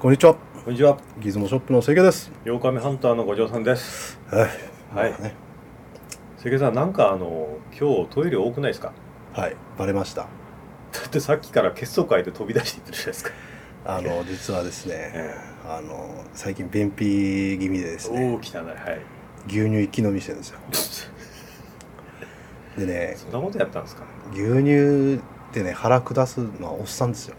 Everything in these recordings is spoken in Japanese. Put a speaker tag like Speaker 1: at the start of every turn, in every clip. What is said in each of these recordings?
Speaker 1: こんにちは
Speaker 2: こんにちは。
Speaker 1: ギズモショップの清家です
Speaker 2: 八日目ハンターの五条さんです。
Speaker 1: はい
Speaker 2: はい
Speaker 1: まあね
Speaker 2: 関さん、なんかあの、今日トイレ多くないですか
Speaker 1: はいバレました
Speaker 2: だってさっきから結束会で飛び出していってるじゃないですか。
Speaker 1: あの実はですね
Speaker 2: え
Speaker 1: あの最近便秘気味でですね
Speaker 2: 大きなね、はい。
Speaker 1: 牛乳一気飲みしてるんですよでね
Speaker 2: そんなことやったんですか
Speaker 1: 牛乳ってね腹下すのはおっさんですよ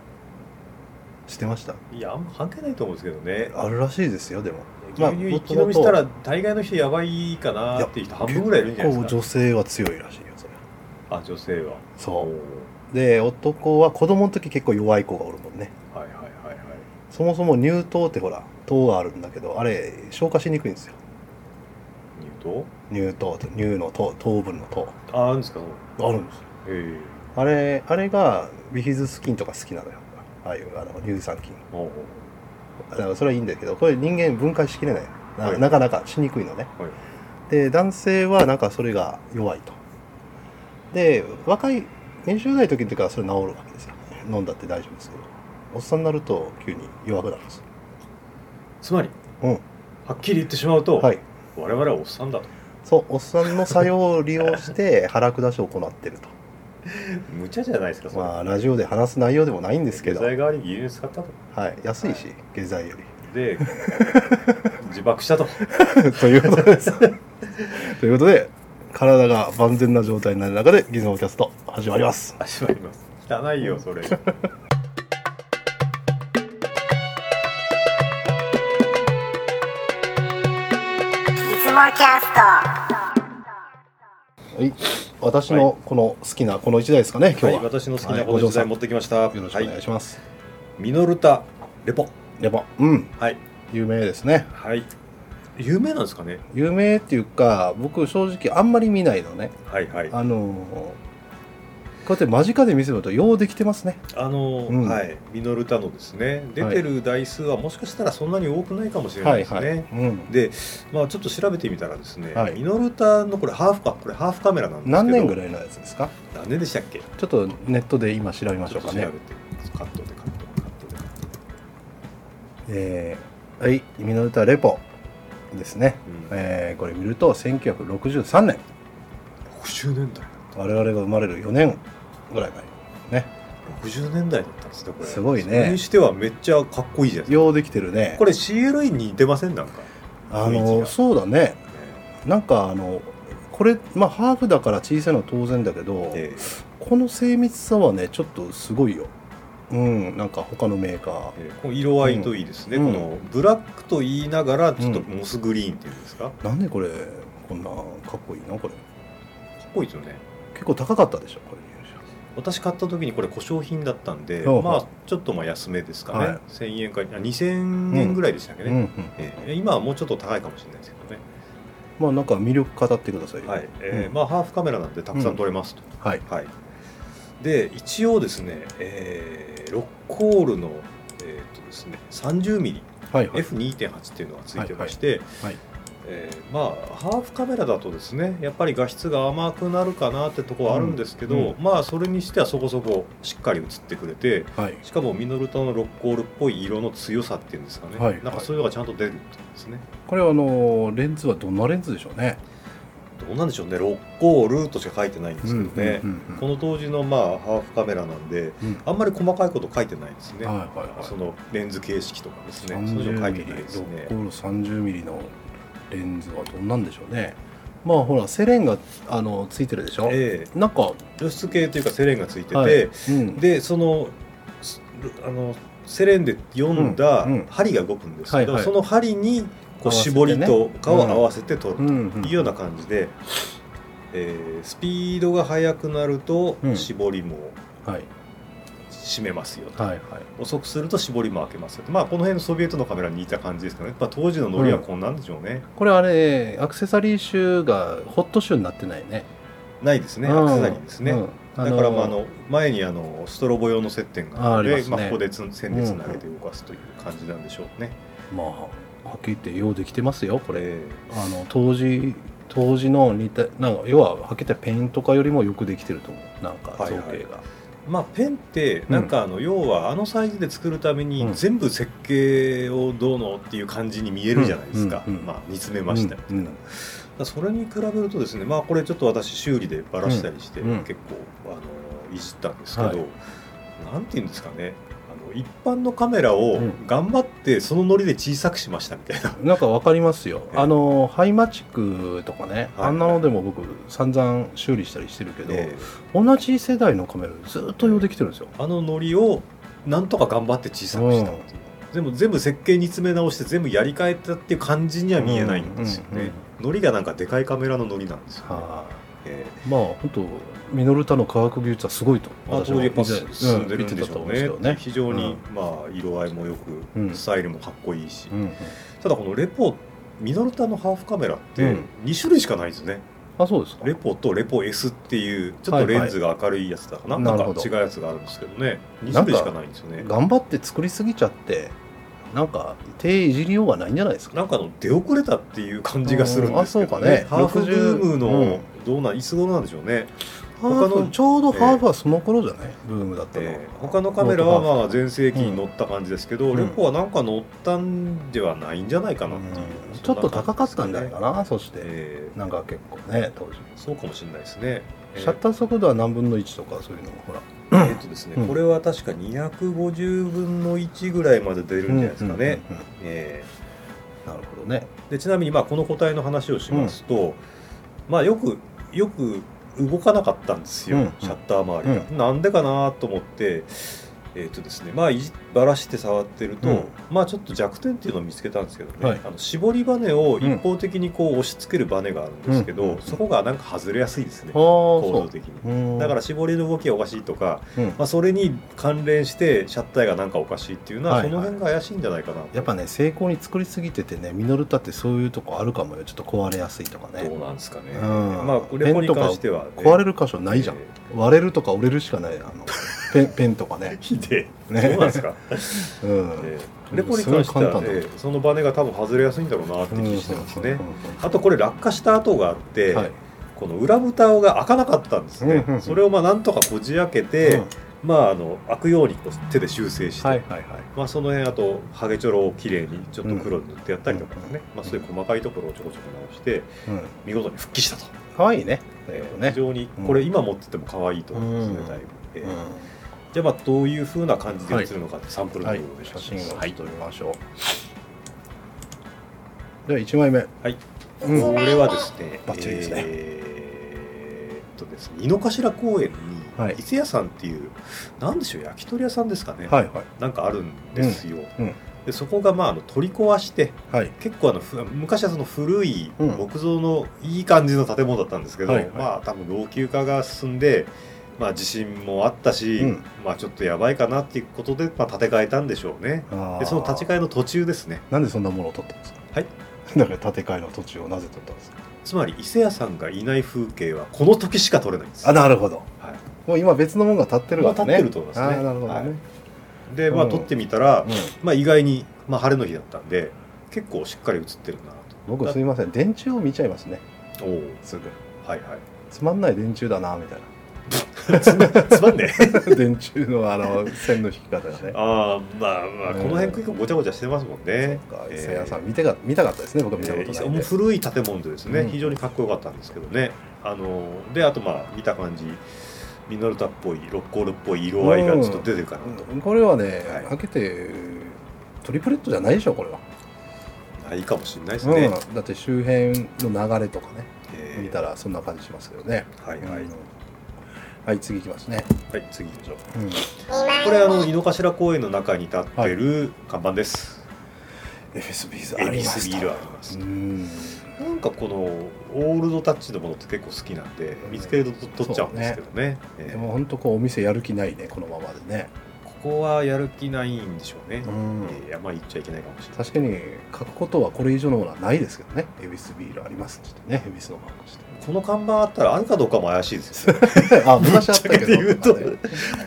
Speaker 1: 知ってました
Speaker 2: いや、あんま関係ないと思うんですけどね。
Speaker 1: あるらしいですよでもまあ
Speaker 2: 牛乳一気飲みしたら、大概の人やばいかなっていう人半分ぐらいいるんじゃないで
Speaker 1: 結
Speaker 2: す
Speaker 1: 構
Speaker 2: か。
Speaker 1: 女性は強いらしいよそれ
Speaker 2: あ、女性は。お
Speaker 1: そ
Speaker 2: ー
Speaker 1: うで男は子供の時結構弱い子がおるもんね
Speaker 2: はいはいはいはい。
Speaker 1: そもそも乳糖ってほら糖があるんだけどあれ消化しにくいんですよ
Speaker 2: 言うと
Speaker 1: 乳糖と乳の糖糖分の糖
Speaker 2: あ、あるんですか
Speaker 1: あるんですよ
Speaker 2: ええ。
Speaker 1: あれあれがビフィズス菌とか好きなのよああいうあの乳酸菌
Speaker 2: おう
Speaker 1: だからそれはいいんだけどこれ人間分解しきれないな,、
Speaker 2: はい
Speaker 1: なかなかしにくいのね、
Speaker 2: は
Speaker 1: で男性はなんかそれが弱いとで若い年収代の時ってからそれ治るわけですよ飲んだって大丈夫ですけどおっさんになると急に弱くなるんです
Speaker 2: つまり、
Speaker 1: うん
Speaker 2: はっきり言ってしまうと、
Speaker 1: はい
Speaker 2: 我々はおっさんだと。
Speaker 1: そうおっさんの作用を利用して 腹下しを行ってると
Speaker 2: 無茶じゃないですか、それ。
Speaker 1: まあラジオで話す内容でもないんですけど、
Speaker 2: 下
Speaker 1: は
Speaker 2: 剤代わりに牛乳使ったと
Speaker 1: い、安いし下剤より
Speaker 2: で自爆したと
Speaker 1: ということですということで体が万全な状態になる中でギズモキャスト始まります
Speaker 2: 始まります汚いよそれ
Speaker 1: は
Speaker 3: いつもキャスト
Speaker 1: い私のこの好きなこの1台ですかね今
Speaker 2: は
Speaker 1: 日は、
Speaker 2: い私の好きな
Speaker 1: はい
Speaker 2: この
Speaker 1: お嬢
Speaker 2: 時
Speaker 1: さ
Speaker 2: 代
Speaker 1: ん
Speaker 2: 持ってきました
Speaker 1: よろしくお願いします、
Speaker 2: はい、ミノルタレポ
Speaker 1: やっぱうん
Speaker 2: はい
Speaker 1: 有名ですね
Speaker 2: はい有名なんですかね
Speaker 1: 有名っていうか僕正直あんまり見ないのね
Speaker 2: はいはいあ
Speaker 1: あのーこうやって間近で見せるとようできてますね
Speaker 2: の、
Speaker 1: うん
Speaker 2: はいミノルタのですね出てる台数はもしかしたらそんなに多くないかもしれな
Speaker 1: はい
Speaker 2: いですね、
Speaker 1: はい、うん、
Speaker 2: で、まあ、ちょっと調べてみたらですね、
Speaker 1: はい
Speaker 2: ミノルタのこれハーフかこれハーフカメラなんですけど
Speaker 1: 何年ぐ
Speaker 2: い
Speaker 1: らいのやつですか
Speaker 2: 何年でしたっけ
Speaker 1: ちょっとネットで今調べましょうか
Speaker 2: ち
Speaker 1: ね
Speaker 2: ょっと調べてカットでカットでカットで
Speaker 1: えーはい「ミノルタレポ」ですね、
Speaker 2: うん
Speaker 1: えーこれ見ると1963年
Speaker 2: 60年代
Speaker 1: 我々が生まれる4年ぐらい前
Speaker 2: 60年代だったんですねこれ
Speaker 1: すごいね
Speaker 2: それにしてはめっちゃかっこいいじゃないです
Speaker 1: ようできてるね
Speaker 2: かこれ CLE に似てませんなんか、
Speaker 1: あ
Speaker 2: 雰囲気
Speaker 1: の
Speaker 2: が
Speaker 1: そうだねなんかあのこれまあハーフだから小さいのは当然だけど、
Speaker 2: え
Speaker 1: この精密さはねちょっとすごいようんなんか他のメーカー
Speaker 2: えこの色合いといいですね、
Speaker 1: うん
Speaker 2: このブラックと言いながらちょっと
Speaker 1: うん
Speaker 2: モスグリーンっていうんですか、か
Speaker 1: なんでこれこんなかっこいいのこれ
Speaker 2: っこいいですよね
Speaker 1: 結構高かったでしょこれ
Speaker 2: 私買った時にこれ故障品だったんで、
Speaker 1: ほうほう
Speaker 2: まあちょっとまあ安めですかね、
Speaker 1: はい
Speaker 2: 1000円かあ2000円ぐらいでしたっけね、
Speaker 1: うんうん
Speaker 2: ええ今はもうちょっと高いかもしれないですけどね、
Speaker 1: まあなんか魅力語ってくださいよ
Speaker 2: はいええ
Speaker 1: うん
Speaker 2: まあハーフカメラなんでたくさん撮れますと、
Speaker 1: はい
Speaker 2: はい、で一応ですね、えー、6コールの、えーとですね、30ミリ
Speaker 1: はいはい
Speaker 2: F2.8 っていうのがついてまして、
Speaker 1: はいはい
Speaker 2: えーまあハーフカメラだとですねやっぱり画質が甘くなるかなってとこはあるんですけど、
Speaker 1: うん
Speaker 2: まあそれにしてはそこそこしっかり映ってくれて
Speaker 1: はい
Speaker 2: しかもミノルタの6コールっぽい色の強さっていうんですかね、
Speaker 1: はい
Speaker 2: なんかそういうのがちゃんと出るんですね。
Speaker 1: これはあのレンズはどんなレンズでしょうね。
Speaker 2: どうなんでしょうね6コールとしか書いてないんですけどね、
Speaker 1: うんうん
Speaker 2: この当時のまあハーフカメラなんで
Speaker 1: うんうん
Speaker 2: あんまり細かいこと書いてないですね。
Speaker 1: はいはいはい。
Speaker 2: そのレンズ形式とかですね、そういうの書い
Speaker 1: 30
Speaker 2: て
Speaker 1: ミ
Speaker 2: ない
Speaker 1: リ、
Speaker 2: ですね
Speaker 1: 6。コール30ミリのレンズはどんなんでしょうね。まあほらセレンがあのついてるでしょ。
Speaker 2: ええ
Speaker 1: なんか
Speaker 2: 露出系というかセレンがついてて、
Speaker 1: はいうん
Speaker 2: でそのすあのセレンで読んだ
Speaker 1: うんうん
Speaker 2: 針が動くんですけど、
Speaker 1: はいはい
Speaker 2: その針に
Speaker 1: 合
Speaker 2: こ
Speaker 1: わ
Speaker 2: う
Speaker 1: せてね
Speaker 2: 絞りとかを合わせて撮る
Speaker 1: うんう
Speaker 2: と
Speaker 1: ん
Speaker 2: いうような感じで、えースピードが速くなると
Speaker 1: うん
Speaker 2: 絞りも
Speaker 1: はい
Speaker 2: 締めますよと、
Speaker 1: はいはい。
Speaker 2: 遅くすると絞りも開けますよとまあこの辺のソビエトのカメラに似た感じですかね、まあ、当時のノリはこんなんでしょうね、
Speaker 1: これあれアクセサリー集がホット集になってないね。
Speaker 2: ないですね
Speaker 1: う
Speaker 2: ア
Speaker 1: ん
Speaker 2: クセサリーですね、
Speaker 1: うん
Speaker 2: だからまああの前にあのストロボ用の接点がある
Speaker 1: あ
Speaker 2: の
Speaker 1: あり
Speaker 2: で
Speaker 1: ますね
Speaker 2: まあ、ここでつ線でつなげて動かすという感じなんでしょうね。
Speaker 1: まあはっきり言ってようできてますよこ
Speaker 2: こ
Speaker 1: れ。
Speaker 2: れ
Speaker 1: あの当時当時の似たなんか要ははけたペインとかよりもよくできてると思うなんか造形が。
Speaker 2: まあ、ペンってなんかあの、要はあのサイズで作るため
Speaker 1: う
Speaker 2: に
Speaker 1: ん
Speaker 2: 全部設計をどうのっていう感じに見えるじゃないですか、
Speaker 1: うんうん
Speaker 2: まあ、煮詰めましたりと
Speaker 1: う
Speaker 2: か,、
Speaker 1: んうん
Speaker 2: だからそれに比べるとですね、まあ、これちょっと私修理でばらしたりして
Speaker 1: うんうん
Speaker 2: 結構、あのいじったんですけど、
Speaker 1: はい
Speaker 2: なんていうんですかねあの一般のカメラを
Speaker 1: うん
Speaker 2: 頑張ってそのノリで小さくしましたみたいな、
Speaker 1: なんかわかりますよ。
Speaker 2: ええ
Speaker 1: あの、ハイマチックとかね、
Speaker 2: はい
Speaker 1: あんなのでも僕、散々修理したりしてるけど、
Speaker 2: え
Speaker 1: 同じ世代のカメラでずっと用できてるんですよ。
Speaker 2: えあのノリをなんとか頑張って小さくしたっていう、でも全部設計に詰め直して全部やり替えたっていう感じには見えないんですよね、
Speaker 1: うんうんうん
Speaker 2: ノリがなんかでかいカメラのノリなんですよ、ね
Speaker 1: は
Speaker 2: え
Speaker 1: いまあ、本当ミノルタの科学技術はすごいと、
Speaker 2: えまあ、当時やっぱ
Speaker 1: 見て
Speaker 2: 進んでるんでしょ
Speaker 1: うん見
Speaker 2: うね,、
Speaker 1: てたと思うんですけ
Speaker 2: 非常に、
Speaker 1: う
Speaker 2: まあ、色合いもよく、
Speaker 1: うん
Speaker 2: スタイルもかっこいいし、
Speaker 1: どねうんうん
Speaker 2: ただこのレポミノルタのハーフカメラっ
Speaker 1: う
Speaker 2: て
Speaker 1: ん
Speaker 2: 2種類しかないんですね、
Speaker 1: あ、そうですか。
Speaker 2: レポとレポ S っていうちょっとレンズが明るいやつだかな、
Speaker 1: はいはい
Speaker 2: なんか違うやつがあるんですけどね2種類しかないんですよね
Speaker 1: 頑張って作りすぎちゃって、なんか手いじりようがないんじゃないですか。
Speaker 2: なんかの出遅れたっていう感じがするんですけど
Speaker 1: うんあ
Speaker 2: ね。
Speaker 1: そうかね
Speaker 2: ハーフブーム
Speaker 1: うん
Speaker 2: のどうなんいつ頃なんでしょうね。
Speaker 1: ハ
Speaker 2: 他の
Speaker 1: ーフちょうどハーフはその頃じゃない、ブームだったの。
Speaker 2: えー他のカメラ
Speaker 1: ノー
Speaker 2: は
Speaker 1: トハーフ
Speaker 2: まあ全盛期に乗った感じですけど、
Speaker 1: うん
Speaker 2: レポはなんか乗ったんではないんじゃないかなっていう。
Speaker 1: うんちょっと高かったんじゃないか
Speaker 2: な。
Speaker 1: な、そして。
Speaker 2: え
Speaker 1: なんか結構ね当時
Speaker 2: ーそうかもしれないですね。えー
Speaker 1: シャッター速度は何分の1とかそういうのもほら
Speaker 2: えーっとですね、
Speaker 1: うん
Speaker 2: これは確か250分の1ぐらいまで出るんじゃないですかね。
Speaker 1: うんうんうん
Speaker 2: えー
Speaker 1: なるほどね
Speaker 2: でちなみにまあこの個体の話をしますと、まあよくよく動かなかったんですよ、
Speaker 1: うん
Speaker 2: シャッター周りが。なんでかなと思ってえーとですねまあ、いじばらして触ってると、
Speaker 1: うん
Speaker 2: まあ、ちょっと弱点っていうのを見つけたんですけどね、
Speaker 1: はい
Speaker 2: あの絞りバネを一方的にこう押し付けるバネがあるんですけど、
Speaker 1: うん
Speaker 2: そこがなんか外れやすいですね、
Speaker 1: ああ
Speaker 2: 構
Speaker 1: そ
Speaker 2: 造的に。
Speaker 1: ううん
Speaker 2: だから絞りの動きがおかしいとか、
Speaker 1: うん
Speaker 2: まあ、それに関連してシャッターがなんかおかしいっていうのは、
Speaker 1: はいはい
Speaker 2: その辺が怪しいんじゃないかな
Speaker 1: やっぱね成功に作りすぎててねミノルタってそういうとこあるかもよちょっと壊れやすいとか
Speaker 2: どう
Speaker 1: ね
Speaker 2: なんですかね。
Speaker 1: うん
Speaker 2: まあ、レポに関しては、
Speaker 1: 壊れる箇所ないじゃん
Speaker 2: え
Speaker 1: 割れるとか折れるしかないあのペ ンペンとかね
Speaker 2: ーひで え、
Speaker 1: ね
Speaker 2: そうなんですか。
Speaker 1: うん
Speaker 2: えーレポに関して
Speaker 1: すごい簡
Speaker 2: は、
Speaker 1: 単だ
Speaker 2: えーそのバネが多分外れやすいんだろうなって気
Speaker 1: うん
Speaker 2: してますね。
Speaker 1: う
Speaker 2: あとこれ落下した跡があって、
Speaker 1: んはい
Speaker 2: この裏蓋が開かなかったんですね。
Speaker 1: うんうんうん
Speaker 2: それをまあなんとかこじ開けて、
Speaker 1: うん
Speaker 2: まああの開くようにこう手で修正して、
Speaker 1: はいはいはい
Speaker 2: まあその辺あとハゲチョロを綺麗にちょっと黒に塗ってやったりとかね、
Speaker 1: うんうん
Speaker 2: まあそういう細かいところをちょこちょこ直して
Speaker 1: うん
Speaker 2: 見事に復帰したと。
Speaker 1: 可愛いね
Speaker 2: えー
Speaker 1: ね
Speaker 2: 非常に
Speaker 1: うん
Speaker 2: これ今持ってても可愛いと思いますね、
Speaker 1: うん
Speaker 2: だいぶ。えー
Speaker 1: うん
Speaker 2: じゃあまあどういうふうな感じで映るのかってサンプルの
Speaker 1: は
Speaker 2: と
Speaker 1: い
Speaker 2: ころで
Speaker 1: 写
Speaker 2: し
Speaker 1: 真
Speaker 2: ます
Speaker 1: を
Speaker 2: は
Speaker 1: 撮
Speaker 2: い
Speaker 1: りましょう、では1枚目
Speaker 2: はい
Speaker 1: うん
Speaker 2: これはですね
Speaker 1: バッチリですね
Speaker 2: えーっとですね井の頭公
Speaker 1: は
Speaker 2: 園に、
Speaker 1: い
Speaker 2: 伊勢屋さんっていうなんでしょう焼き鳥屋さんですかね、
Speaker 1: はいはい
Speaker 2: なんかあるんですよ、
Speaker 1: うんうん
Speaker 2: でそこがまああの取り壊して
Speaker 1: はい
Speaker 2: 結構あのふ昔はその古い
Speaker 1: うん
Speaker 2: 木造のいい感じの建物だったんですけど、
Speaker 1: はいはい
Speaker 2: まあ多分老朽化が進んで、まあ、地震もあったし、
Speaker 1: うん
Speaker 2: まあ、ちょっとやばいかなっていうことで、まあ、建て替えたんでしょうね
Speaker 1: あ
Speaker 2: でその立ち
Speaker 1: え
Speaker 2: 替えの途中ですね
Speaker 1: なんでそんなものを撮ったんですか
Speaker 2: はい
Speaker 1: だから建て替えの途中をなぜ撮ったんですか
Speaker 2: つまり伊勢屋さんがいない風景はこの時しか撮れないんです
Speaker 1: あなるほど
Speaker 2: はい
Speaker 1: もう今別のものが立ってるわけね
Speaker 2: もう立ってると思いますね
Speaker 1: あーなるほどね、
Speaker 2: はいでまあ
Speaker 1: うん
Speaker 2: 撮ってみたら、
Speaker 1: うん
Speaker 2: まあ、意外に、まあ、晴れの日だったんで結構しっかり映ってるな
Speaker 1: 僕すいません電柱を見ちゃいますね
Speaker 2: とおお
Speaker 1: すぐ
Speaker 2: はいは
Speaker 1: つまんない電柱だなみたい
Speaker 2: いつまつまん ねえ
Speaker 1: な電柱のあの線の引き方がね
Speaker 2: ああまあまあこの辺結構ごちゃごちゃしてますもんね
Speaker 1: そうか
Speaker 2: えー
Speaker 1: 伊勢屋さん見てが見たかったですね僕は見たことないん
Speaker 2: もう
Speaker 1: で、
Speaker 2: 古い建物でですね、
Speaker 1: うん
Speaker 2: 非常にかっこよかったんですけどねあのであとまあ見た感じミノルタっぽいロッコールっぽい色合いがちょっと出てるかなと、
Speaker 1: うんこれはね、
Speaker 2: はい
Speaker 1: 開けてトリプレットじゃないでしょこれは
Speaker 2: ないかもしれないですね、
Speaker 1: うん、だって周辺の流れとかね、
Speaker 2: えー
Speaker 1: 見たらそんな感じしますけどね。
Speaker 2: はいはい、
Speaker 1: うんはい、次いきますね。
Speaker 2: はい次行きましょう
Speaker 1: うん
Speaker 2: これあの井の頭公園の中に立ってる看板です、
Speaker 1: FSB
Speaker 2: エ
Speaker 1: あ
Speaker 2: ビ
Speaker 1: りま
Speaker 2: ス
Speaker 1: し
Speaker 2: ビ
Speaker 1: た
Speaker 2: ールあります、
Speaker 1: うん、
Speaker 2: なんかこのオールドタッチのものって結構好きなんで見つけると取っちゃうんですけどねえー
Speaker 1: でも本当こうお店やる気ないねこのままでね、
Speaker 2: ここはやる気ないんでしょうね、
Speaker 1: うん
Speaker 2: えーあんまり言っちゃいけないかもしれない
Speaker 1: 確かに書くことはこれ以上のものはないですけどね恵比寿ビールありますって言ってね恵比寿のマークして
Speaker 2: この看板あったらあるかどうかも怪しいです よね
Speaker 1: あ昔あったけど
Speaker 2: ぶっちゃけて言う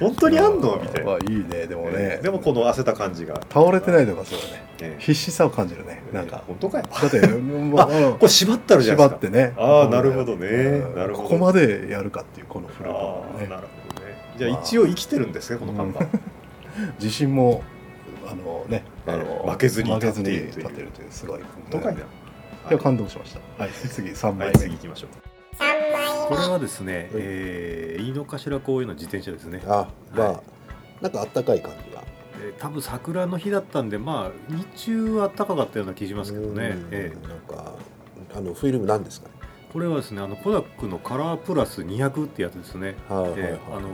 Speaker 1: 本
Speaker 2: 本当にあんのみたいな、
Speaker 1: いいねでもね、
Speaker 2: えーでもこの焦った感じが、
Speaker 1: 倒れてないとかそうだね
Speaker 2: えー
Speaker 1: 必死さを感じるね なんか
Speaker 2: 本当かよ
Speaker 1: だって、もうあの
Speaker 2: これ縛ってあるじゃな
Speaker 1: 縛
Speaker 2: いです
Speaker 1: ってね。
Speaker 2: かあーなるほどね
Speaker 1: うん
Speaker 2: なるほど
Speaker 1: ここまでやるかっていうこのフル
Speaker 2: あ
Speaker 1: ー
Speaker 2: ー
Speaker 1: ね。
Speaker 2: なるほどねじゃあ
Speaker 1: まあ
Speaker 2: 一応生きてるんですねこの看板、
Speaker 1: 自信もあのねあの
Speaker 2: 負けずに
Speaker 1: 負け
Speaker 2: 立
Speaker 1: ず
Speaker 2: っ
Speaker 1: に
Speaker 2: ている
Speaker 1: 立てるというすごい
Speaker 2: 都会だ、
Speaker 1: いや感動しましたはい次3
Speaker 2: は
Speaker 1: 枚
Speaker 2: い、
Speaker 1: 目、
Speaker 2: 次行きましょうこれはですね、えー、飯の頭公園の自転車ですね、
Speaker 3: あまあ、
Speaker 2: は
Speaker 3: なんかあったかい感じが
Speaker 2: えー多分桜の日だったんでまあ日中は暖かかったような気しますけどね
Speaker 3: う、ん
Speaker 2: え
Speaker 3: なんかあのフィルムなんですかね
Speaker 2: ーこれはですねあのコダックのカラープラス200ってやつですね、
Speaker 3: はいはいはい、
Speaker 2: えーあの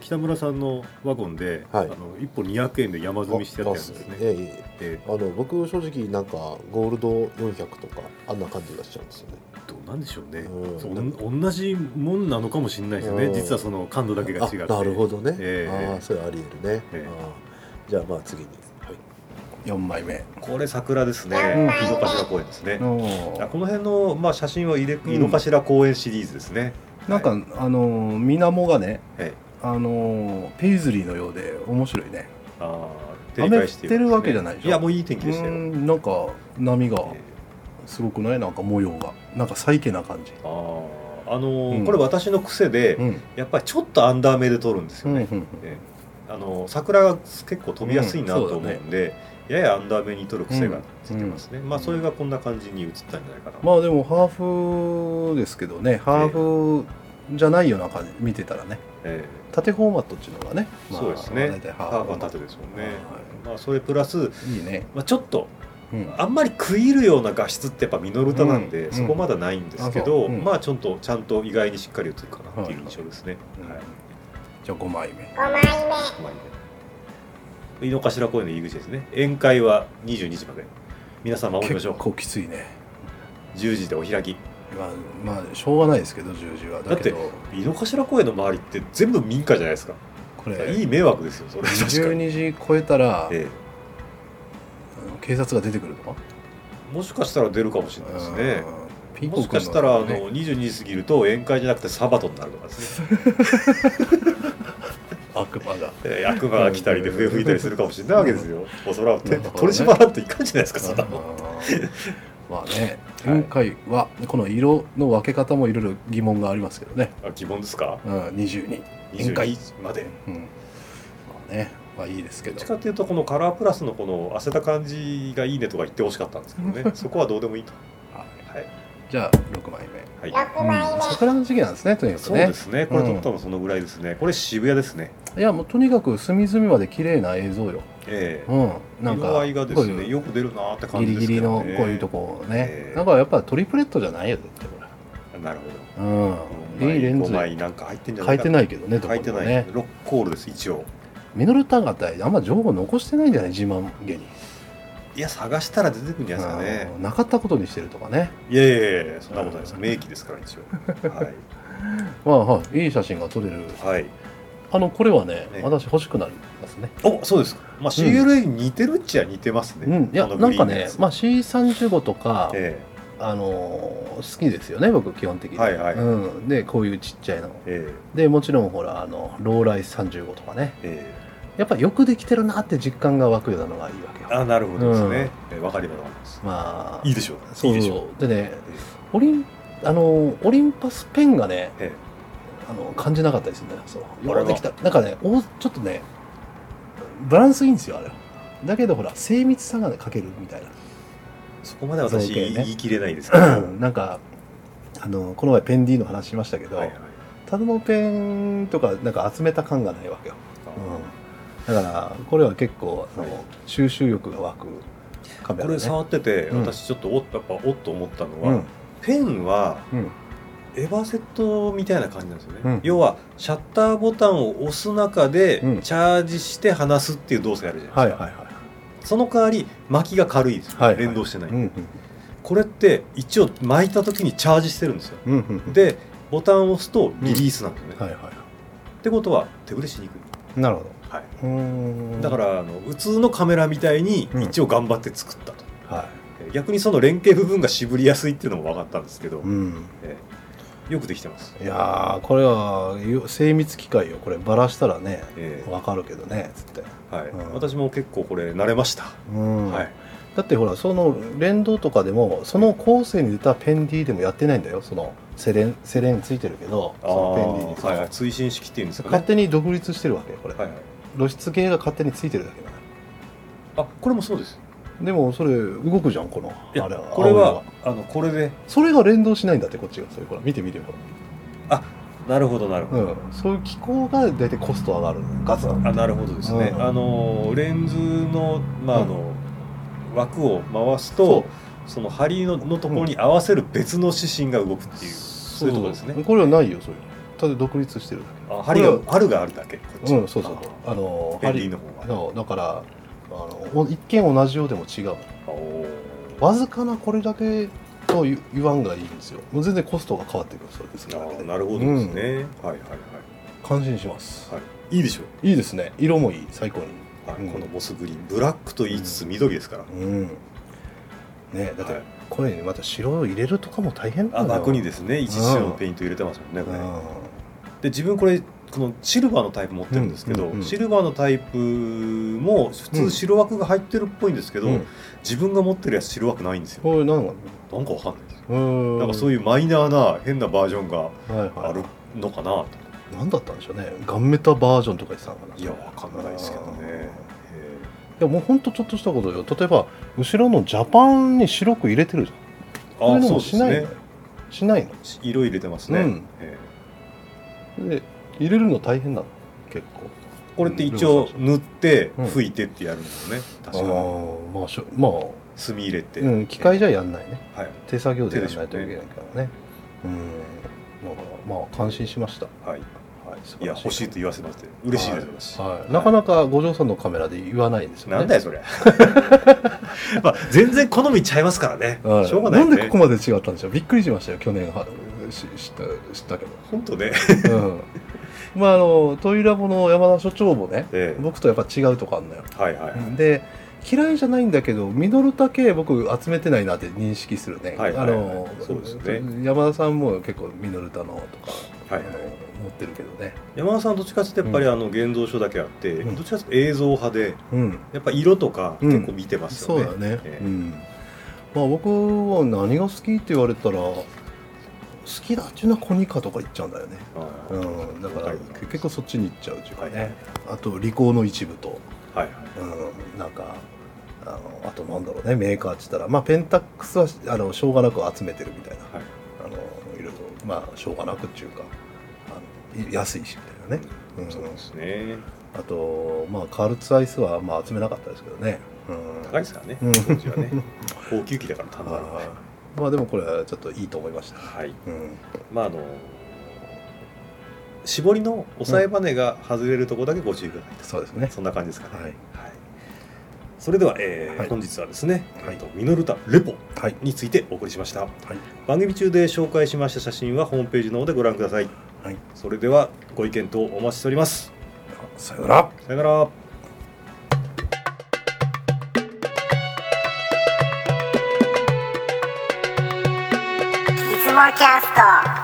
Speaker 2: 北村さんのワゴンで、
Speaker 3: はい
Speaker 2: あの1本200円で山積みしてやったやつです
Speaker 3: あ
Speaker 2: ね
Speaker 3: あ、ええええ
Speaker 2: え
Speaker 3: あの僕正直なんかゴールド400とかあんな感じがしちゃうんですよね
Speaker 2: ー、どうなんでしょうね、
Speaker 3: うん
Speaker 2: そうおん同じもんなのかもしれないですよね、
Speaker 3: うん
Speaker 2: 実はその感度だけが違って
Speaker 3: あなるほどね、
Speaker 2: ええ
Speaker 3: ああそれありえるね、
Speaker 2: ええ
Speaker 3: ああじゃあまあ次に、はい、
Speaker 1: 4枚目
Speaker 2: これ桜ですね
Speaker 1: うん
Speaker 2: 井の頭公園ですね、
Speaker 1: の
Speaker 2: あこの辺の、まあ、写真は入れ
Speaker 1: ん
Speaker 2: 井の頭公園シリーズですね、
Speaker 1: なんか、
Speaker 2: はい
Speaker 1: あのー水面がね、
Speaker 2: はい
Speaker 1: あのーペイズリーのようで面白いね
Speaker 2: あー
Speaker 1: 雨降ってるわけじゃ
Speaker 2: い
Speaker 1: ないでしょ
Speaker 2: いやもういい天気
Speaker 1: う
Speaker 2: でしたよ、
Speaker 1: んなんか波が
Speaker 2: え
Speaker 1: すごくないなんか模様がなんか最低な感じ、
Speaker 2: ーあーあのー
Speaker 1: うん
Speaker 2: これ私の癖で、
Speaker 1: うん
Speaker 2: やっぱりちょっとアンダー目で撮るんです
Speaker 1: う
Speaker 2: よ
Speaker 1: んう
Speaker 2: ね、
Speaker 1: ん
Speaker 2: えーあのー桜が結構飛びやすいな
Speaker 1: うん
Speaker 2: と思うんで、ややアンダー目に撮る癖がついてますね、まあそれがこんな感じに映ったんじゃないかな、
Speaker 1: まあでもハーフですけどねハーフじゃないような感じ見てたらね
Speaker 2: え
Speaker 1: 縦フォーマットっていうのがね、
Speaker 2: ー
Speaker 1: まあ
Speaker 2: そうですね
Speaker 1: 大体ハ
Speaker 2: ハ
Speaker 1: ーフは
Speaker 2: ーフは
Speaker 1: まあ
Speaker 2: 縦ですもんね、
Speaker 1: は
Speaker 2: まあそれプラス、
Speaker 1: いいいね、
Speaker 2: まあ、ちょっと
Speaker 1: うん
Speaker 2: あんまり食い入るような画質ってやっぱミノルタなんで、
Speaker 1: うん
Speaker 2: そこまだないんですけ
Speaker 1: あそ
Speaker 2: ど、
Speaker 1: ううん
Speaker 2: まあちょっとちゃんと意外にしっかり映るかなっていう印象ですね。
Speaker 1: うん
Speaker 2: はい
Speaker 1: じゃあ5枚目
Speaker 2: まあいいね井の頭公園の入り口ですね。宴会は22時まで。皆さん守りまし
Speaker 1: 結
Speaker 2: ょう。
Speaker 1: 構きついね
Speaker 2: 10時でお開き。
Speaker 1: まあ、まあ、しょうがないですけど10時はだけど
Speaker 2: 井の頭公園の周りって全部民家じゃないですか。
Speaker 1: これ
Speaker 2: いい迷惑ですよ、それ確かに。
Speaker 1: 12時超えたら、
Speaker 2: え
Speaker 1: あの警察が出てくるとか
Speaker 2: えもしかしたら出るかもしれないですね。
Speaker 1: うんピーコ
Speaker 2: も
Speaker 1: 君
Speaker 2: しかしたらあの
Speaker 1: ね
Speaker 2: 22時過ぎると宴会じゃなくてサバトになるとかですね。
Speaker 1: 悪魔が
Speaker 2: えー悪魔が来たりで笛吹いたりするかもしれないわけですよ。おそらく
Speaker 1: な
Speaker 2: て
Speaker 1: るほどね
Speaker 2: 取り締まらんといかんじゃないですか、そんなの。
Speaker 1: まあね
Speaker 2: はい
Speaker 1: 今回はこの色の分け方もいろいろ疑問がありますけどね、
Speaker 2: あ疑問ですか
Speaker 1: うん、22、宴会
Speaker 2: 22まで。
Speaker 1: うん、まあねまあいいですけ
Speaker 2: どっ
Speaker 1: ど
Speaker 2: ちかっていうと、このカラープラスのこの汗た感じがいいねとか言ってほしかったんですけど ね、そこはどうでもいいと。
Speaker 1: はい
Speaker 2: はい。
Speaker 1: じゃあ6枚目、
Speaker 2: はい、
Speaker 1: うん、桜の時期なんですねとにかく
Speaker 2: そう
Speaker 1: ね
Speaker 2: ですね、これ撮ったのそのぐらいですね。これ渋谷ですね。
Speaker 1: いやもうとにかく隅々まで綺麗な映像よ、
Speaker 2: ええ
Speaker 1: うん、なんか
Speaker 2: 色合いがです
Speaker 1: こう
Speaker 2: ね、
Speaker 1: いう
Speaker 2: よく出るなーって感
Speaker 1: ギ
Speaker 2: じ
Speaker 1: リギ
Speaker 2: ですけ
Speaker 1: リ
Speaker 2: ど
Speaker 1: の
Speaker 2: ね。
Speaker 1: こういうとこね、
Speaker 2: ええ
Speaker 1: なんかやっぱトリプレットじゃないよ絶対こ
Speaker 2: なるほ
Speaker 1: れ
Speaker 2: ど。
Speaker 1: うんいいレンズ
Speaker 2: 5枚なんか入ってんじゃな
Speaker 1: 変
Speaker 2: い
Speaker 1: えて
Speaker 2: い。
Speaker 1: ないけどねどこ
Speaker 2: 入
Speaker 1: に
Speaker 2: って
Speaker 1: も
Speaker 2: ない。
Speaker 1: ね
Speaker 2: 6コールです、一応。
Speaker 1: ミノルタンがってあんま情報残してないんじゃない自慢げに
Speaker 2: いや、探したら出てくるんじゃないですかね。
Speaker 1: うんなかったことにしてるとかね
Speaker 2: いやいやいやそんなことないです。名機ですから、一応。はい。
Speaker 1: まあはいいい写真が撮れる
Speaker 2: はい。
Speaker 1: あのこれはね
Speaker 2: ね
Speaker 1: 私欲しくなりますね
Speaker 2: お、そうですか。まあ、CLA に似てるっちゃ似てますね。
Speaker 1: うんいや
Speaker 2: この
Speaker 1: なんか
Speaker 2: グリーンの
Speaker 1: ね
Speaker 2: や、つ
Speaker 1: まあ、C35 とか、
Speaker 2: え
Speaker 1: あのー好きですよね僕基本的に、
Speaker 2: はいはい
Speaker 1: うん、でこういうちっちゃいの
Speaker 2: ええ
Speaker 1: でもちろんほらあのローライス35とかね
Speaker 2: ええ
Speaker 1: やっぱよくできてるなって実感が湧くようなのがいいわけよ
Speaker 2: あ、なるほどですね。ええわ、かりますわかります。
Speaker 1: まあ
Speaker 2: いいでしょう。
Speaker 1: そう
Speaker 2: いいでしょう。
Speaker 1: そうでね
Speaker 2: え
Speaker 1: オリンあのオリンパスペンがね、
Speaker 2: ええ
Speaker 1: あの感じなかったりするんだよそう
Speaker 2: あら
Speaker 1: よう
Speaker 2: ら
Speaker 1: できたなんかねおちょっとねバランスいいんですよあれだけどほら精密さが、ね、欠けるみたいな
Speaker 2: そこまで私、
Speaker 1: 造形ね
Speaker 2: 言い切れないです けど。は
Speaker 1: なん かあのこの前ペン D の話しましたけ
Speaker 2: い
Speaker 1: ど、
Speaker 2: はい。
Speaker 1: ただのペンとかなんか集めた感がないわけよ、うん、だからこれは結構あの、
Speaker 2: はい
Speaker 1: 収集力が湧くカメラ
Speaker 2: こ
Speaker 1: だ
Speaker 2: れ
Speaker 1: ね
Speaker 2: 触ってて、
Speaker 1: うん
Speaker 2: 私ちょっとおっやっぱおっと思ったの
Speaker 1: う
Speaker 2: は、
Speaker 1: ん
Speaker 2: ペンは
Speaker 1: うん
Speaker 2: エバーセットみたいな感じなんですよね、
Speaker 1: うん
Speaker 2: 要はシャッターボタンを押す中で
Speaker 1: うん
Speaker 2: チャージして離すっていう動作やるじゃないですか、
Speaker 1: はいはいはい
Speaker 2: その代わり巻きが軽いですよ、
Speaker 1: はいはい
Speaker 2: 連動してない、
Speaker 1: うん
Speaker 2: これって一応巻いた時にチャージしてるんですよ
Speaker 1: うんうんうん
Speaker 2: でボタンを押すとリリースなんですよね、
Speaker 1: はいは
Speaker 2: ってことは手ぶれしにく
Speaker 1: い
Speaker 2: い、
Speaker 1: なるほ
Speaker 2: はい、
Speaker 1: どうーん
Speaker 2: だからあの普通のカメラみたいに
Speaker 1: うん
Speaker 2: 一応頑張って作ったと、
Speaker 1: は
Speaker 2: え逆にその連携部分が渋りやすいっていうのも分かったんですけど、
Speaker 1: いうん
Speaker 2: えーよくできてます、
Speaker 1: いやーこれはよ精密機械よこれバラしたらね
Speaker 2: え
Speaker 1: わかるけどねつって
Speaker 2: ーはい
Speaker 1: うん
Speaker 2: 私も結構これ慣れました、
Speaker 1: うん、
Speaker 2: はい
Speaker 1: だってほらその連動とかでもその後世に出たペンディでもやってないんだよそのセレンセレンついてるけどそ
Speaker 2: あ
Speaker 1: のペンディに
Speaker 2: ーはいはい推進式っていうんですか
Speaker 1: 勝
Speaker 2: ね
Speaker 1: 手に独立してるわけこれ、
Speaker 2: はいはい
Speaker 1: 露出系が勝手についてるだけだか
Speaker 2: あこれもそうです
Speaker 1: らでもそれ動くじゃんこの
Speaker 2: いや
Speaker 1: あれ
Speaker 2: これ
Speaker 1: 青いの
Speaker 2: は
Speaker 1: が
Speaker 2: あのこれで
Speaker 1: それが連動しないんだってこっちがそれほら見て見てほ
Speaker 2: なるほどなるほ
Speaker 1: ら、
Speaker 2: ど、
Speaker 1: うん、そういう機構が大体コスト上がるのガツン
Speaker 2: あなるほどですね、
Speaker 1: うん
Speaker 2: あのレンズの,、まああの枠を回す
Speaker 1: そ
Speaker 2: とその針ののところに合わせる別の指針が動くっていう、そういうとこですね
Speaker 1: これはないよそれただ独立してるだ
Speaker 2: あ針
Speaker 1: これ
Speaker 2: があるがあるだけこっ
Speaker 1: けうんそうそう
Speaker 2: あ
Speaker 1: あの
Speaker 2: ペンリー
Speaker 1: 針
Speaker 2: の方は
Speaker 1: そうだからあのお一見同じようでも違う
Speaker 2: おー
Speaker 1: わずかなこれだけと言言わんがいいんですよもう全然コストが変わってくるそれです
Speaker 2: あ
Speaker 1: ね
Speaker 2: ーなるほどですね、はいはいは
Speaker 1: 感心します、
Speaker 2: いいいでしょ
Speaker 1: いいですね色もいい最高に
Speaker 2: う、はい
Speaker 1: うん
Speaker 2: このモスグリーンブラックと言いつつ緑ですから、
Speaker 1: うんねだって
Speaker 2: はい
Speaker 1: これにまた白を入れるとかも大変だ
Speaker 2: あ
Speaker 1: よ
Speaker 2: 枠にですね一種のペイント入れてますもんねこ
Speaker 1: う
Speaker 2: れね
Speaker 1: ん
Speaker 2: で自分これこのシルバーのタイプ持ってるんですけど、
Speaker 1: うんうんうん
Speaker 2: シルバーのタイプも普通白枠が入ってるっぽいんですけど、
Speaker 1: うん
Speaker 2: 自分が持ってるやつ白枠ないんですよ
Speaker 1: これなんか
Speaker 2: なんかわかんないです
Speaker 1: うん
Speaker 2: なんかそう
Speaker 1: い
Speaker 2: いうマイナーな変なバージョンが
Speaker 1: う、はい
Speaker 2: あ
Speaker 1: は
Speaker 2: るのかなと
Speaker 1: い、なんだったんでしょうねガンメタバージョンとか言ってたのかない
Speaker 2: いやわかんないですけどねえ
Speaker 1: やもうほんとちょっとしたことよ例えば後ろのジャパンに白く入れてるじゃん
Speaker 2: ーあ
Speaker 1: れ
Speaker 2: ー
Speaker 1: で
Speaker 2: そう
Speaker 1: も
Speaker 2: です
Speaker 1: しないの
Speaker 2: ね
Speaker 1: よしないの
Speaker 2: し色入れてますね、
Speaker 1: うん
Speaker 2: え
Speaker 1: で入れるの大変なの結構
Speaker 2: ーこれって一応塗って
Speaker 1: うん
Speaker 2: 拭いてってやるんですよね、確
Speaker 1: あ
Speaker 2: か
Speaker 1: ーまあしょまあ、
Speaker 2: 墨入れて、
Speaker 1: うん、機械じゃやんないね
Speaker 2: はい
Speaker 1: 手作業でやら
Speaker 2: 手
Speaker 1: ない
Speaker 2: でしょ
Speaker 1: と
Speaker 2: う
Speaker 1: い
Speaker 2: ね
Speaker 1: けないからねうんだからまあ感心しました
Speaker 2: は
Speaker 1: は
Speaker 2: い、
Speaker 1: い素
Speaker 2: い
Speaker 1: 晴
Speaker 2: や
Speaker 1: ら
Speaker 2: 欲しいと言わせまして嬉しいです、私
Speaker 1: はい、なかなか五条さんのカメラで言わないですよね
Speaker 2: なんだよそれ まあ全然好みちゃいますからね、
Speaker 1: はい
Speaker 2: しょうがない
Speaker 1: なん
Speaker 2: ね
Speaker 1: でここまで違ったんでしょうびっくりしましたよ去年はし知った知ったけ
Speaker 2: 本当ね、
Speaker 1: ど、 うん、まああのトイラボの山田所長もね
Speaker 2: ええ
Speaker 1: 僕とやっぱ違うとこあんのよ
Speaker 2: はいはいはい、
Speaker 1: で嫌いじゃないんだけどミドルだけ僕集めてないなって認識するね、
Speaker 2: はいはい
Speaker 1: あの
Speaker 2: そうですね
Speaker 1: 山田さんも結構ミドルタのとか、
Speaker 2: はいはい
Speaker 1: あの持ってるけどね
Speaker 2: 山田さんどっちかっていうとやっぱりあの現像書だけあって、
Speaker 1: うん
Speaker 2: どっちかっていうと映像派で
Speaker 1: うん
Speaker 2: やっぱ色とか
Speaker 1: うん
Speaker 2: 結構見てます
Speaker 1: そ
Speaker 2: よ
Speaker 1: う
Speaker 2: ね、
Speaker 1: だね、
Speaker 2: ええ
Speaker 1: うんまあ僕は何が好きって言われたら好きだっていうのはコニカとか言っちゃうんだよね、
Speaker 2: あー
Speaker 1: うん、だか
Speaker 2: わ
Speaker 1: ら
Speaker 2: ります
Speaker 1: 結構そっちに行っちゃうっていうかね、
Speaker 2: はいはい
Speaker 1: あとリコーの一部と
Speaker 2: はいはい
Speaker 1: うん、なんかあのあとなんだろうねメーカーって言ったら、まあ、ペンタックスはあのしょうがなく集めてるみたいな、
Speaker 2: はい
Speaker 1: あのいろいろまあしょうがなくっていうかあのい安いしみたいなね、うん
Speaker 2: そうですね
Speaker 1: あと、まあ、カールツアイスは、まあ、集めなかったですけどね、うん、
Speaker 2: 高いですからね、
Speaker 1: うん
Speaker 2: 当時 はね高級機だから単なるは
Speaker 1: はいまあでもこれはちょっといいと思いました、
Speaker 2: い
Speaker 1: うん、
Speaker 2: まああの絞りの押さえバネが外れるとこだけご注意ください、
Speaker 1: そうですね
Speaker 2: そんな感じですかね
Speaker 1: はい、
Speaker 2: はい、それでは、えー
Speaker 1: はい
Speaker 2: 本日はですね、
Speaker 1: はい
Speaker 2: えっとミノルタレポ
Speaker 1: はい
Speaker 2: についてお送りしました
Speaker 1: はい、
Speaker 2: 番組中で紹介しました写真はホームページの方でご覧ください、
Speaker 1: はい
Speaker 2: それではご意見等お待ちしております
Speaker 1: さよなら
Speaker 2: さよなら
Speaker 4: いつもキャスト